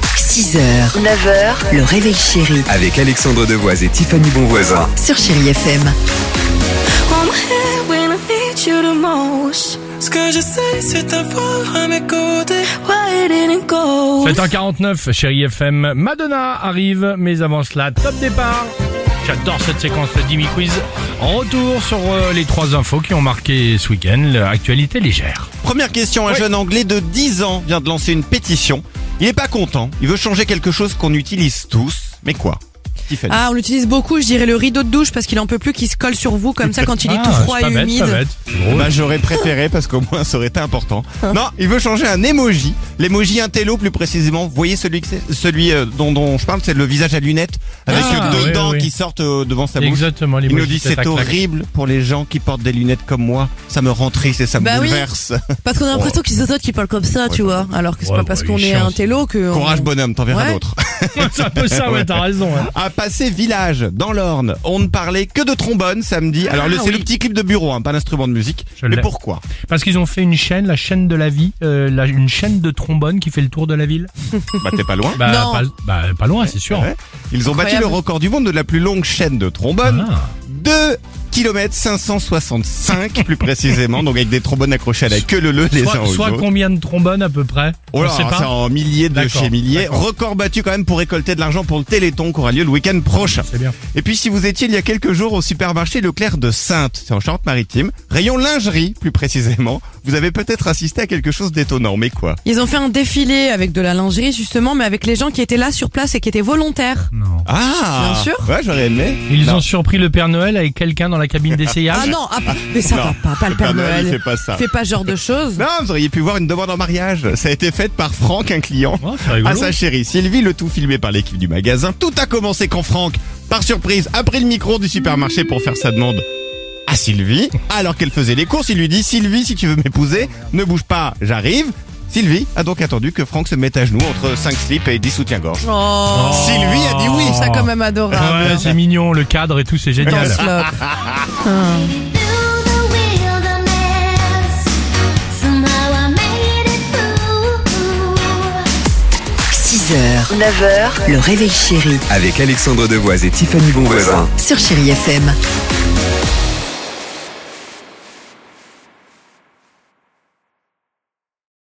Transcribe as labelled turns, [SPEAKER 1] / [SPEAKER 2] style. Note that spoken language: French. [SPEAKER 1] 6h, 9h, le réveil chéri
[SPEAKER 2] Avec Alexandre Devoise et Tiffany Bonvoisin.
[SPEAKER 1] sur Chéri FM.
[SPEAKER 3] on my head when I need you the most.
[SPEAKER 4] Ce que je sais, c'est avoir à mes côtés.
[SPEAKER 3] Why it didn't go?
[SPEAKER 5] 7h49, chérie FM, Madonna arrive, mais avant cela, top départ. J'adore cette séquence de Dimi Quiz. En retour sur euh, les trois infos qui ont marqué ce week-end, l'actualité légère.
[SPEAKER 6] Première question, un jeune anglais de 10 ans vient de lancer une pétition. Il est pas content, il veut changer quelque chose qu'on utilise tous. Mais quoi Tiffany.
[SPEAKER 7] Ah, on l'utilise beaucoup, je dirais le rideau de douche parce qu'il en peut plus qu'il se colle sur vous comme ça quand il est
[SPEAKER 5] Ah,
[SPEAKER 7] tout froid
[SPEAKER 5] c'est pas
[SPEAKER 7] et
[SPEAKER 5] bête,
[SPEAKER 7] humide.
[SPEAKER 5] pas bête. C'est drôle.
[SPEAKER 6] Bah j'aurais préféré parce qu'au moins ça aurait été important. Non, il veut changer un emoji, l'emoji intello plus précisément. Vous voyez celui, que c'est- celui euh, dont, dont je parle, c'est le visage à lunettes avec
[SPEAKER 5] Ah,
[SPEAKER 6] deux
[SPEAKER 5] oui,
[SPEAKER 6] dents
[SPEAKER 5] oui.
[SPEAKER 6] qui sortent euh, devant sa bouche.
[SPEAKER 5] Exactement, les
[SPEAKER 6] Il nous
[SPEAKER 5] mojis,
[SPEAKER 6] dit
[SPEAKER 5] tac,
[SPEAKER 6] c'est
[SPEAKER 5] tac.
[SPEAKER 6] horrible pour les gens qui portent des lunettes comme moi. Ça me rend triste et ça me
[SPEAKER 7] Bah oui.
[SPEAKER 6] bouleverse.
[SPEAKER 7] Parce qu'on a l'impression qu'ils sont qui parlent comme ça, tu vois. Alors que c'est
[SPEAKER 5] Oh. Ouais,
[SPEAKER 7] pas parce
[SPEAKER 5] bah,
[SPEAKER 7] qu'on
[SPEAKER 5] il est
[SPEAKER 7] est
[SPEAKER 5] chiant,
[SPEAKER 7] un télo que.
[SPEAKER 6] Courage bonhomme, t'en verras
[SPEAKER 7] Ouais.
[SPEAKER 6] d'autres.
[SPEAKER 5] C'est un peu ça, ouais, t'as raison. hein.
[SPEAKER 6] à Passé Village, dans l'Orne. On ne parlait que de trombone samedi. Alors, le-
[SPEAKER 5] Ah
[SPEAKER 6] c'est
[SPEAKER 5] oui.
[SPEAKER 6] le petit clip de bureau, hein, pas l'instrument de musique.
[SPEAKER 5] Je
[SPEAKER 6] mais
[SPEAKER 5] l'ai.
[SPEAKER 6] pourquoi
[SPEAKER 5] Parce qu'ils ont fait une chaîne, la chaîne de la vie, euh, la- une chaîne de trombone qui fait le tour de la ville.
[SPEAKER 6] Bah, t'es pas loin.
[SPEAKER 5] Bah,
[SPEAKER 7] Non.
[SPEAKER 5] Pas, bah, pas loin, c'est sûr.
[SPEAKER 6] Ouais. Ils ont battu le
[SPEAKER 7] Incroyable.
[SPEAKER 6] record du monde de la plus longue chaîne de trombone.
[SPEAKER 5] Ah.
[SPEAKER 6] 2 km 565 plus précisément, donc avec des trombones accrochés à la queue le le les uns
[SPEAKER 5] Soit,
[SPEAKER 6] aux
[SPEAKER 5] soit
[SPEAKER 6] autres.
[SPEAKER 5] combien de trombones à peu près
[SPEAKER 6] Oh
[SPEAKER 5] On
[SPEAKER 6] là,
[SPEAKER 5] sait
[SPEAKER 6] c'est
[SPEAKER 5] pas.
[SPEAKER 6] en milliers de
[SPEAKER 5] D'accord,
[SPEAKER 6] chez milliers.
[SPEAKER 5] d'accord.
[SPEAKER 6] Record battu quand même pour récolter de l'argent pour le Téléthon qui aura lieu le week-end prochain.
[SPEAKER 5] C'est bien.
[SPEAKER 6] Et puis si vous étiez il y a quelques jours au supermarché Leclerc de Sainte, c'est en Charente-Maritime, rayon lingerie plus précisément, vous avez peut-être assisté à quelque chose d'étonnant, mais quoi
[SPEAKER 7] Ils ont fait un défilé avec de la lingerie justement, mais avec les gens qui étaient là sur place et qui étaient volontaires.
[SPEAKER 5] Non.
[SPEAKER 6] Ah
[SPEAKER 7] Bien sûr.
[SPEAKER 6] Ouais, j'aurais aimé.
[SPEAKER 5] Ils
[SPEAKER 6] Non.
[SPEAKER 5] ont surpris le Père Noël avec quelqu'un dans la cabine d'essayage.
[SPEAKER 7] Ah non, ah, mais ça
[SPEAKER 6] Non,
[SPEAKER 7] va pas, pas le Père Noël.
[SPEAKER 6] il fait pas ça.
[SPEAKER 7] Fais pas ce genre de choses.
[SPEAKER 6] Non, vous auriez pu voir une demande en mariage. Ça a été faite par Franck, un client.
[SPEAKER 5] Oh, c'est rigolo.
[SPEAKER 6] à sa chérie Sylvie, le tout filmé par l'équipe du magasin. Tout a commencé quand Franck, par surprise, a pris le micro du supermarché pour faire sa demande à Sylvie. Alors qu'elle faisait les courses, il lui dit Sylvie, si tu veux m'épouser, ne bouge pas, j'arrive. Sylvie a donc attendu que Franck se mette à genoux entre 5 slips et 10 soutiens-gorge.
[SPEAKER 7] Oh,
[SPEAKER 6] Sylvie a dit oui.
[SPEAKER 7] ça quand même adorable.
[SPEAKER 5] Ouais, c'est mignon, le cadre et tout, c'est
[SPEAKER 7] Dans
[SPEAKER 5] Ah, génial.
[SPEAKER 7] ce lop.
[SPEAKER 8] Through the wilderness, somehow I made it through.
[SPEAKER 1] 6h, 9h, le réveil chéri
[SPEAKER 2] Avec Alexandre Devoise et Tiffany Bonvoisin.
[SPEAKER 1] sur Chéri FM.